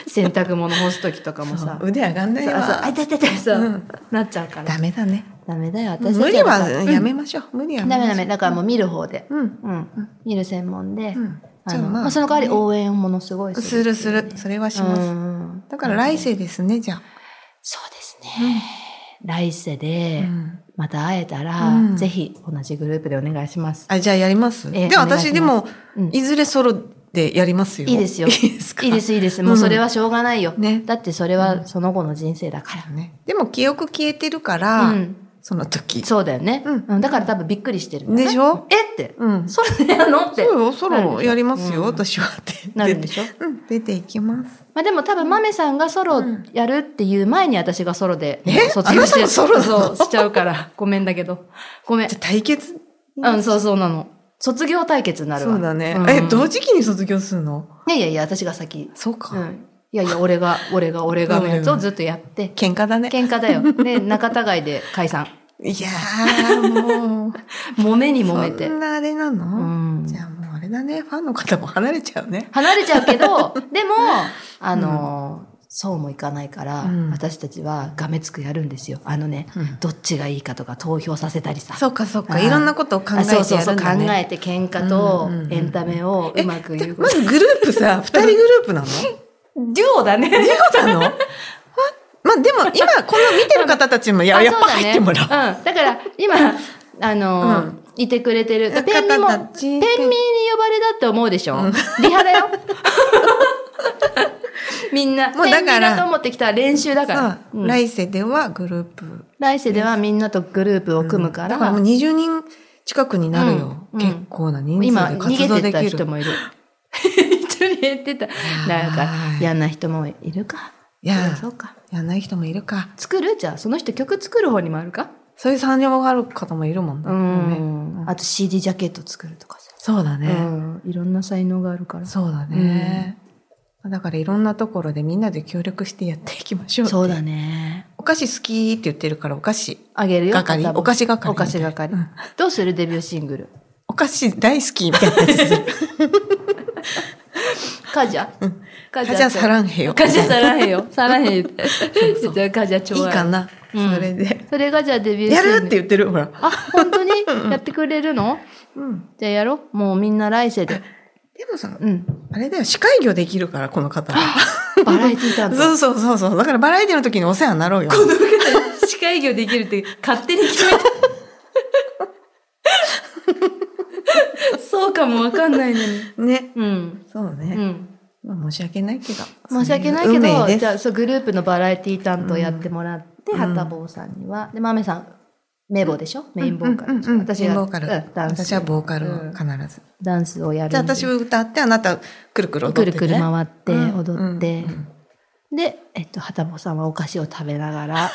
Speaker 2: 洗濯物干す時とかもさ
Speaker 1: 腕上がんな
Speaker 2: そ
Speaker 1: いう
Speaker 2: あそうあ
Speaker 1: わ
Speaker 2: 痛い痛い痛いそう、
Speaker 1: うん
Speaker 2: なっちゃうから
Speaker 1: ダメだね
Speaker 2: ダメだよ私たち
Speaker 1: 無理は
Speaker 2: まだ
Speaker 1: やめましょう、無理は
Speaker 2: ダメダ
Speaker 1: やめ
Speaker 2: メ
Speaker 1: ましょ
Speaker 2: だからもう見る方で、
Speaker 1: ううん
Speaker 2: うん見る専門で、
Speaker 1: うん
Speaker 2: あ
Speaker 1: じゃあ
Speaker 2: の
Speaker 1: ま
Speaker 2: ま
Speaker 1: あ
Speaker 2: あその代わり応援をものすごい
Speaker 1: する
Speaker 2: って
Speaker 1: す
Speaker 2: いうね
Speaker 1: るそれはします、
Speaker 2: うん
Speaker 1: だから来世ですねじゃあ、
Speaker 2: そうですね、来世で
Speaker 1: うん
Speaker 2: また会えたら、
Speaker 1: うん
Speaker 2: ぜひ同じグループでお願いします、
Speaker 1: あじゃあやります、
Speaker 2: ええ
Speaker 1: で
Speaker 2: お願いします
Speaker 1: 私でも、
Speaker 2: うん
Speaker 1: いずれソロでやりますよ
Speaker 2: いいですよ
Speaker 1: いいですか
Speaker 2: いいですいいですもうそれはしょうがないよ、
Speaker 1: ね
Speaker 2: だってそれはその後の人生だか
Speaker 1: ねでも記憶消えてるから、
Speaker 2: ら、うん、
Speaker 1: その時
Speaker 2: そうだよね、
Speaker 1: うん
Speaker 2: うんだから多分びっくりしてるんだよね
Speaker 1: でしょ
Speaker 2: えって、
Speaker 1: うん
Speaker 2: それでやるのって
Speaker 1: そうよソロやりますよ、
Speaker 2: うん
Speaker 1: 私はって
Speaker 2: なるんでしょ
Speaker 1: うん出ていきます
Speaker 2: まあでも多分、豆さんがソロやるっていう前に私がソロで
Speaker 1: え
Speaker 2: 卒業して
Speaker 1: あなたもソロなの
Speaker 2: そう、しちゃうから。ごめんだけど。ごめん
Speaker 1: じゃ。あ対決
Speaker 2: うん、そうそうなの。卒業対決になるわ。
Speaker 1: そうだね、
Speaker 2: ん
Speaker 1: え同時期に卒業するの
Speaker 2: いやいやいや、私が先。
Speaker 1: そうか、
Speaker 2: うん。いやいや、俺が、俺が、俺がのやつをずっとやって。
Speaker 1: 喧嘩だね
Speaker 2: 喧嘩だよ。で、仲違いで解散。
Speaker 1: いやー もう
Speaker 2: 揉めに揉めて
Speaker 1: そ。んなあれな
Speaker 2: う
Speaker 1: の、
Speaker 2: ん
Speaker 1: じ。ゃあもうあれだねファンの方も離れちゃうね
Speaker 2: 離れちゃうけど、 でも、あのー、そうもいかないから、
Speaker 1: うん
Speaker 2: 私たちはがめつくやるんですよ。あのね、
Speaker 1: うん
Speaker 2: どっちがいいかとか投票させたりさ。
Speaker 1: そうかそう
Speaker 2: あ
Speaker 1: か
Speaker 2: ー
Speaker 1: いろんなことを考え
Speaker 2: あ
Speaker 1: てやるんだ、ね、
Speaker 2: そうそうそう考えて喧嘩と
Speaker 1: うんうんうん
Speaker 2: エンタメをうまく
Speaker 1: え
Speaker 2: 言う
Speaker 1: ま ずグループさ二人グループなの
Speaker 2: デュオだねデュオ
Speaker 1: なのあまあでも今この見てる方たちもややっぱ入ってもらう
Speaker 2: う、ん、だから今あのー
Speaker 1: う
Speaker 2: いてくれてるペンミも
Speaker 1: 方た
Speaker 2: ペン
Speaker 1: ち
Speaker 2: ミに呼ばれだって思うでしょ、リハだ よみんな
Speaker 1: もう
Speaker 2: ペ
Speaker 1: だ
Speaker 2: ンミ
Speaker 1: から
Speaker 2: だと思ってきたら練習だ
Speaker 1: さ
Speaker 2: から
Speaker 1: あ、
Speaker 2: うん
Speaker 1: 来世ではグループ
Speaker 2: 来世ではみんなとグループを組むか
Speaker 1: だ
Speaker 2: ら,、
Speaker 1: からもう20人近くになるよ、
Speaker 2: うんうん
Speaker 1: 結構な人
Speaker 2: 今
Speaker 1: 数で
Speaker 2: 逃
Speaker 1: 活動
Speaker 2: げ
Speaker 1: で
Speaker 2: てた
Speaker 1: き
Speaker 2: 人
Speaker 1: る
Speaker 2: もいる 一人減ってたなんか
Speaker 1: はい
Speaker 2: 嫌な人もいるか
Speaker 1: いや
Speaker 2: そうか
Speaker 1: やんない人もいるか
Speaker 2: 作るじゃあその人曲作る方にもあるか
Speaker 1: そういう産業がある方もいるもんだ
Speaker 2: う
Speaker 1: ね、
Speaker 2: ん、
Speaker 1: うん
Speaker 2: あと CD ジャケット作るとかさ、
Speaker 1: そうだ
Speaker 2: う
Speaker 1: ね、
Speaker 2: ん、いろんな才能があるからそ
Speaker 1: そうだね、だからいろんなところでみんなで協力してやっていきましょう
Speaker 2: う
Speaker 1: って
Speaker 2: だね
Speaker 1: お菓子好きって言ってるからお菓子
Speaker 2: あげるよ
Speaker 1: 係
Speaker 2: 片棒
Speaker 1: お菓子係
Speaker 2: お菓子係、
Speaker 1: うん
Speaker 2: どうするデビューシングル
Speaker 1: お菓子大好きみたいなやつする
Speaker 2: カジャカ
Speaker 1: カジャサランヘヨ
Speaker 2: カジャサラヘよサラヘ よじゃあカジャち ょ
Speaker 1: いいう
Speaker 2: だ
Speaker 1: かな、
Speaker 2: うん
Speaker 1: それで
Speaker 2: それがじゃあデビューシ
Speaker 1: や
Speaker 2: ングル
Speaker 1: るって言ってるほら、
Speaker 2: あ本当にやってくれるの
Speaker 1: うん、
Speaker 2: じゃあやろうもうみんな来世で
Speaker 1: でもさ
Speaker 2: うん
Speaker 1: あれだよ司会業できるからこの方
Speaker 2: バラエティー担当
Speaker 1: そうそうそうそう。だからバラエティの時にお世話になろうよ。
Speaker 2: 司会業できるって勝手に決めた。そうかもわかんないのに。
Speaker 1: ね。
Speaker 2: うん。
Speaker 1: そう
Speaker 2: う
Speaker 1: ね。
Speaker 2: ん。
Speaker 1: まあ申し訳ないけど。
Speaker 2: 申し訳ない
Speaker 1: そ
Speaker 2: け
Speaker 1: うう運命
Speaker 2: ど、
Speaker 1: です
Speaker 2: じゃあそうグループのバラエティ担当やってもらって、
Speaker 1: うん
Speaker 2: はたぼうさんには。で、まめさん、名簿でしょメインボーカルでしょ。
Speaker 1: うんうんうん
Speaker 2: 私が、
Speaker 1: ボーカル
Speaker 2: うんダンス。
Speaker 1: 私はボーカルを必ず。
Speaker 2: ダンスをやるんで。
Speaker 1: じゃあ私は歌って、あなたくるくる踊っ
Speaker 2: く
Speaker 1: て、ね。
Speaker 2: るくる回って、
Speaker 1: うん
Speaker 2: 踊って
Speaker 1: うんうん。
Speaker 2: で、えっと、はたぼうさんはお菓子を食べな がら、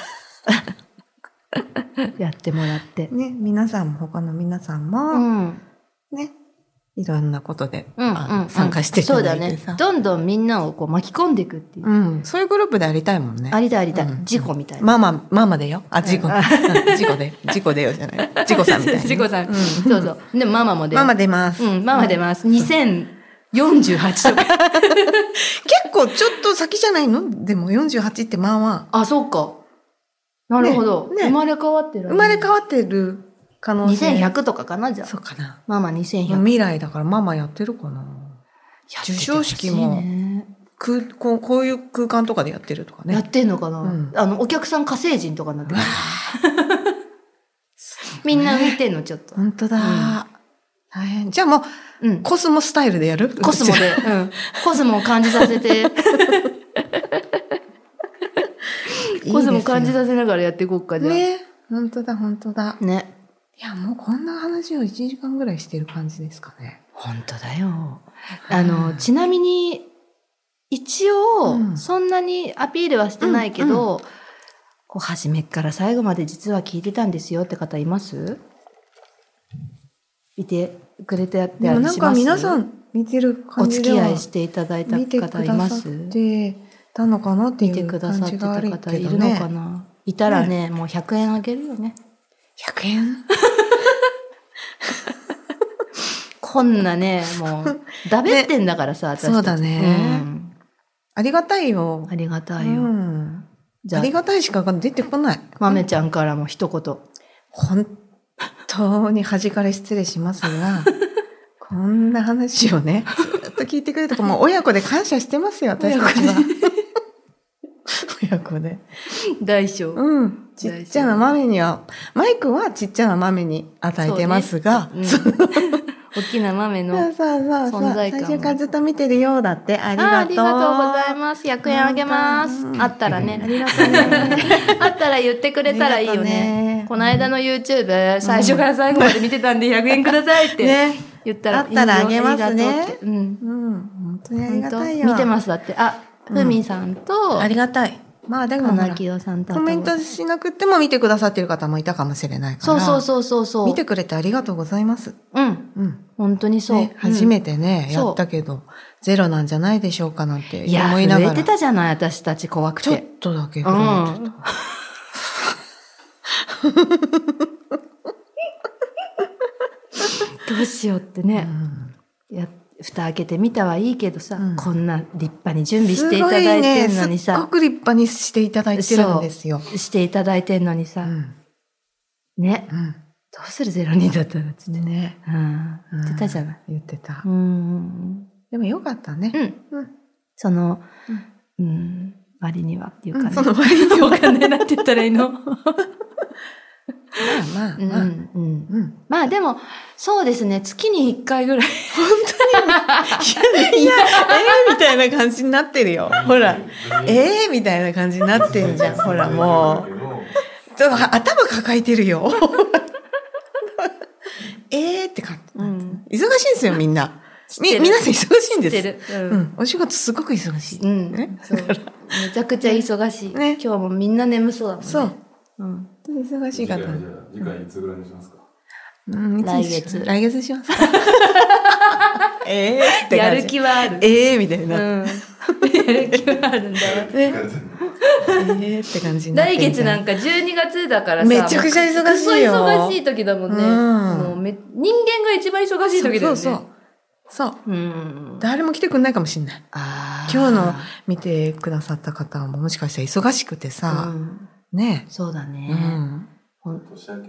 Speaker 2: やってもらって。
Speaker 1: ね、皆さんも、他の皆さん
Speaker 2: う
Speaker 1: も、
Speaker 2: ん。
Speaker 1: ね。いろんなことで、
Speaker 2: うん
Speaker 1: あ
Speaker 2: うん
Speaker 1: の
Speaker 2: うん
Speaker 1: 参加してい
Speaker 2: そう
Speaker 1: ただ
Speaker 2: だ
Speaker 1: いて
Speaker 2: ね
Speaker 1: さ。
Speaker 2: どんどんみんなをこう巻き込んでいくっていう。
Speaker 1: うん。そういうグループでありたいもんね。
Speaker 2: ありだありだ
Speaker 1: う。ん
Speaker 2: 事故みたいな。
Speaker 1: ママ、ママでよ。あ、事故。
Speaker 2: あ
Speaker 1: うん 事故で。事故でよじゃない。 事故さんみたいなね。
Speaker 2: 事故さん。
Speaker 1: うん
Speaker 2: そうそう。でもママも出る
Speaker 1: ママ出ます。
Speaker 2: うん、ママ出ます。2048とか。
Speaker 1: 結構ちょっと先じゃないのでも48って まあま
Speaker 2: あ、そうか。なるほど。
Speaker 1: ねね
Speaker 2: 生まれ変わってる。
Speaker 1: あ。生まれ変わってる可能性。
Speaker 2: 2100とかかな、じゃあ。
Speaker 1: そうかな。
Speaker 2: ママ2100。
Speaker 1: 未来だからママやってるかな。授賞式も
Speaker 2: やっててほしいね
Speaker 1: 空こうこういう空間とかでやってるとか
Speaker 2: や
Speaker 1: ね
Speaker 2: っ。てんのかな、
Speaker 1: うん
Speaker 2: あの、お客さん火星人とかになってる。 みんな浮いてんの、ちょっと。
Speaker 1: 本当だ、
Speaker 2: うん
Speaker 1: 大変。じゃあもう
Speaker 2: うん。
Speaker 1: コスモスタイルでやる
Speaker 2: コスモ。で、うん。コスモを感じさ せて、コスモを感じ
Speaker 1: だ
Speaker 2: させながらやっていこうか、じゃあ。
Speaker 1: ね。本当だ本当だ。
Speaker 2: ね。
Speaker 1: いやもうこんな話を1時間ぐらいしてる感じですかね。
Speaker 2: 本当だよ。あの、ちなみに、一応、
Speaker 1: うん
Speaker 2: そんなにアピールはしてないけど、こう、初めっから最後まで実は聞いてたんですよって方いますいてくれてやって
Speaker 1: で
Speaker 2: あ
Speaker 1: も
Speaker 2: り
Speaker 1: なんか皆さん見てる
Speaker 2: お
Speaker 1: 感じ
Speaker 2: 付
Speaker 1: で
Speaker 2: き
Speaker 1: は
Speaker 2: 合いしていただいた
Speaker 1: 見てく
Speaker 2: 方
Speaker 1: だ
Speaker 2: い
Speaker 1: さ
Speaker 2: ま
Speaker 1: っ
Speaker 2: す
Speaker 1: てたのかなって
Speaker 2: 見
Speaker 1: い
Speaker 2: て
Speaker 1: う
Speaker 2: くだ
Speaker 1: 感
Speaker 2: さって
Speaker 1: じがあ
Speaker 2: た
Speaker 1: る
Speaker 2: 方
Speaker 1: け
Speaker 2: い
Speaker 1: ど
Speaker 2: るの
Speaker 1: ね
Speaker 2: か。な、いたらね、もう100円あげるよね。
Speaker 1: 100円
Speaker 2: こんなね、もう、だべってんだからさ、 私たち
Speaker 1: そうだね
Speaker 2: うん
Speaker 1: ありがたいよ。
Speaker 2: ありがたいうよ。
Speaker 1: ん
Speaker 2: じ
Speaker 1: あ
Speaker 2: ゃあ
Speaker 1: り、がたいしか出てこない。
Speaker 2: 豆ちゃんからも一言。
Speaker 1: 本当に端から失礼します が、こんな話をね、ずっと聞いてくれたもう親子で感謝してますよ、私たちは。 親子で。
Speaker 2: 大小。
Speaker 1: うん。ちっちゃな豆には、マイクはちっちゃな豆に与えてますが、
Speaker 2: うん 大きな豆
Speaker 1: そ
Speaker 2: の。
Speaker 1: うそうそうそう
Speaker 2: 存在
Speaker 1: 最
Speaker 2: 感は
Speaker 1: 初からずっと見てるようだってありがとう。
Speaker 2: あーありがとうございます。100円あげます
Speaker 1: う。ん
Speaker 2: あったら
Speaker 1: あ
Speaker 2: ね。
Speaker 1: りがとうね。
Speaker 2: あったら言ってくれたらいい
Speaker 1: あ
Speaker 2: よ
Speaker 1: りがとう
Speaker 2: ね
Speaker 1: ね。
Speaker 2: この間の YouTube、最初から最後まで見てたんで100円くださいって
Speaker 1: ね。
Speaker 2: 言ったら
Speaker 1: あったらあげますね
Speaker 2: いいよありがとうってう
Speaker 1: う
Speaker 2: ん。
Speaker 1: ん、本当にあり
Speaker 2: 本
Speaker 1: が
Speaker 2: 当
Speaker 1: たいよ。
Speaker 2: 見てますだって。あ、
Speaker 1: うん
Speaker 2: ふみさんと
Speaker 1: あ、りがたい。まあでもほら
Speaker 2: 金清さんと。
Speaker 1: コメントしなくても見てくださってる方もいたかもしれないか
Speaker 2: そう
Speaker 1: ら。
Speaker 2: そうそうそうそう。
Speaker 1: 見てくれてありがとうございます。
Speaker 2: うん。
Speaker 1: うん。
Speaker 2: 本当にそう。
Speaker 1: ね、初
Speaker 2: て。
Speaker 1: めてね、
Speaker 2: そう
Speaker 1: やったけど、ゼロなんじゃないでしょうかなんて
Speaker 2: いや、
Speaker 1: 思いな
Speaker 2: 震え
Speaker 1: が
Speaker 2: て
Speaker 1: ら。
Speaker 2: たじゃない、私たち怖く。
Speaker 1: ちょってとだけ震え
Speaker 2: う
Speaker 1: て
Speaker 2: ん。どうしようって
Speaker 1: た。
Speaker 2: ね、
Speaker 1: うん
Speaker 2: や蓋開けてみたはいいけどさ、
Speaker 1: うん
Speaker 2: こんな立派に準備していただいてんの
Speaker 1: すごいね、
Speaker 2: に
Speaker 1: すっ
Speaker 2: さ
Speaker 1: ご、く立派にしていただいてるんですよ。
Speaker 2: していただいてんのに
Speaker 1: う
Speaker 2: さ、
Speaker 1: ん。
Speaker 2: ね、
Speaker 1: うん。
Speaker 2: どうするゼロ人だったらっつって、
Speaker 1: ね。
Speaker 2: うん、言ってたじゃない。
Speaker 1: 言ってた
Speaker 2: う。ん。
Speaker 1: でもよかった
Speaker 2: う
Speaker 1: ね。
Speaker 2: ん。
Speaker 1: うん。
Speaker 2: その、うん、割にはっていうかね。
Speaker 1: うんその割 には
Speaker 2: わかんないなって言ったらいいの。
Speaker 1: まあまあ
Speaker 2: う
Speaker 1: まあ。うん。
Speaker 2: ん、うん。
Speaker 1: うん
Speaker 2: まあでも、そうですね、月に1回ぐらい。
Speaker 1: いや、えー、みたいな感じになってるよ。ほら。えー、みたいな感じになってんじゃん。ほら、もう。ちょっと頭抱えてるよ。 えーって感じ。
Speaker 2: うん。
Speaker 1: 忙しいんですよ、みんな。
Speaker 2: 知って
Speaker 1: み、
Speaker 2: る
Speaker 1: 皆さん忙しいん
Speaker 2: して
Speaker 1: です。
Speaker 2: る。
Speaker 1: う。ん。お仕事すごく忙しい。
Speaker 2: うん、
Speaker 1: ね
Speaker 2: そうめちゃくちゃ忙しい、
Speaker 1: ね
Speaker 2: 今日もみんな眠そうだもんね
Speaker 1: そう。
Speaker 2: うん、
Speaker 1: 本当に忙し
Speaker 3: 次
Speaker 1: い
Speaker 3: 回
Speaker 1: 方
Speaker 3: じゃ。あ次回いつぐらいにしますか。
Speaker 1: うん、いつにしよう
Speaker 2: 来月
Speaker 1: 来月し ますか。えーって
Speaker 2: や
Speaker 1: 感じ。
Speaker 2: る気はある
Speaker 1: えーみたい
Speaker 2: うん、
Speaker 1: な。
Speaker 2: やる気はある んだよ
Speaker 1: ね。
Speaker 3: う
Speaker 1: えーって感じになって
Speaker 2: 来
Speaker 1: みたい
Speaker 2: 月なんか12月だからさ
Speaker 1: めちゃくちゃ忙しいよ
Speaker 2: もうクソ忙しい時だもんね、
Speaker 1: うん
Speaker 2: もうめ人間が一番忙しい時だよ
Speaker 1: そう
Speaker 2: ね
Speaker 1: そうそう。そう。
Speaker 2: うん
Speaker 1: 誰も来てくんないかもしれない。
Speaker 2: あー
Speaker 1: 今日の見てくださった方ももしかしたら忙しくてさ
Speaker 2: う、ん
Speaker 1: ね
Speaker 2: そうだ
Speaker 1: え、
Speaker 2: ね、
Speaker 1: うん、
Speaker 3: ん年明け明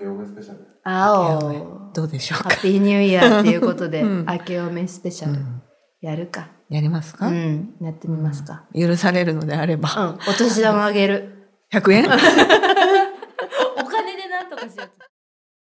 Speaker 3: けおめスペシャル。
Speaker 2: 青
Speaker 1: どうでしょう
Speaker 2: ハ
Speaker 1: か
Speaker 2: ッ。ピーニューイヤーっていうことで、
Speaker 1: うん
Speaker 2: 明けおめスペシ
Speaker 1: う
Speaker 2: ャル
Speaker 1: ん、
Speaker 2: やるか、
Speaker 1: やります
Speaker 2: う
Speaker 1: か、
Speaker 2: ん、やってみますか、
Speaker 1: 許されるのであれば、
Speaker 2: うん、お年玉あげる。
Speaker 1: 100円